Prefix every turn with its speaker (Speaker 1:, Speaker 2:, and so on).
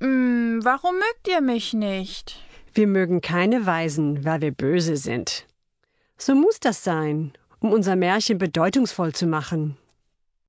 Speaker 1: Hm, warum mögt ihr mich nicht?
Speaker 2: Wir mögen keine Weisen, weil wir böse sind. So muss das sein, um unser Märchen bedeutungsvoll zu machen.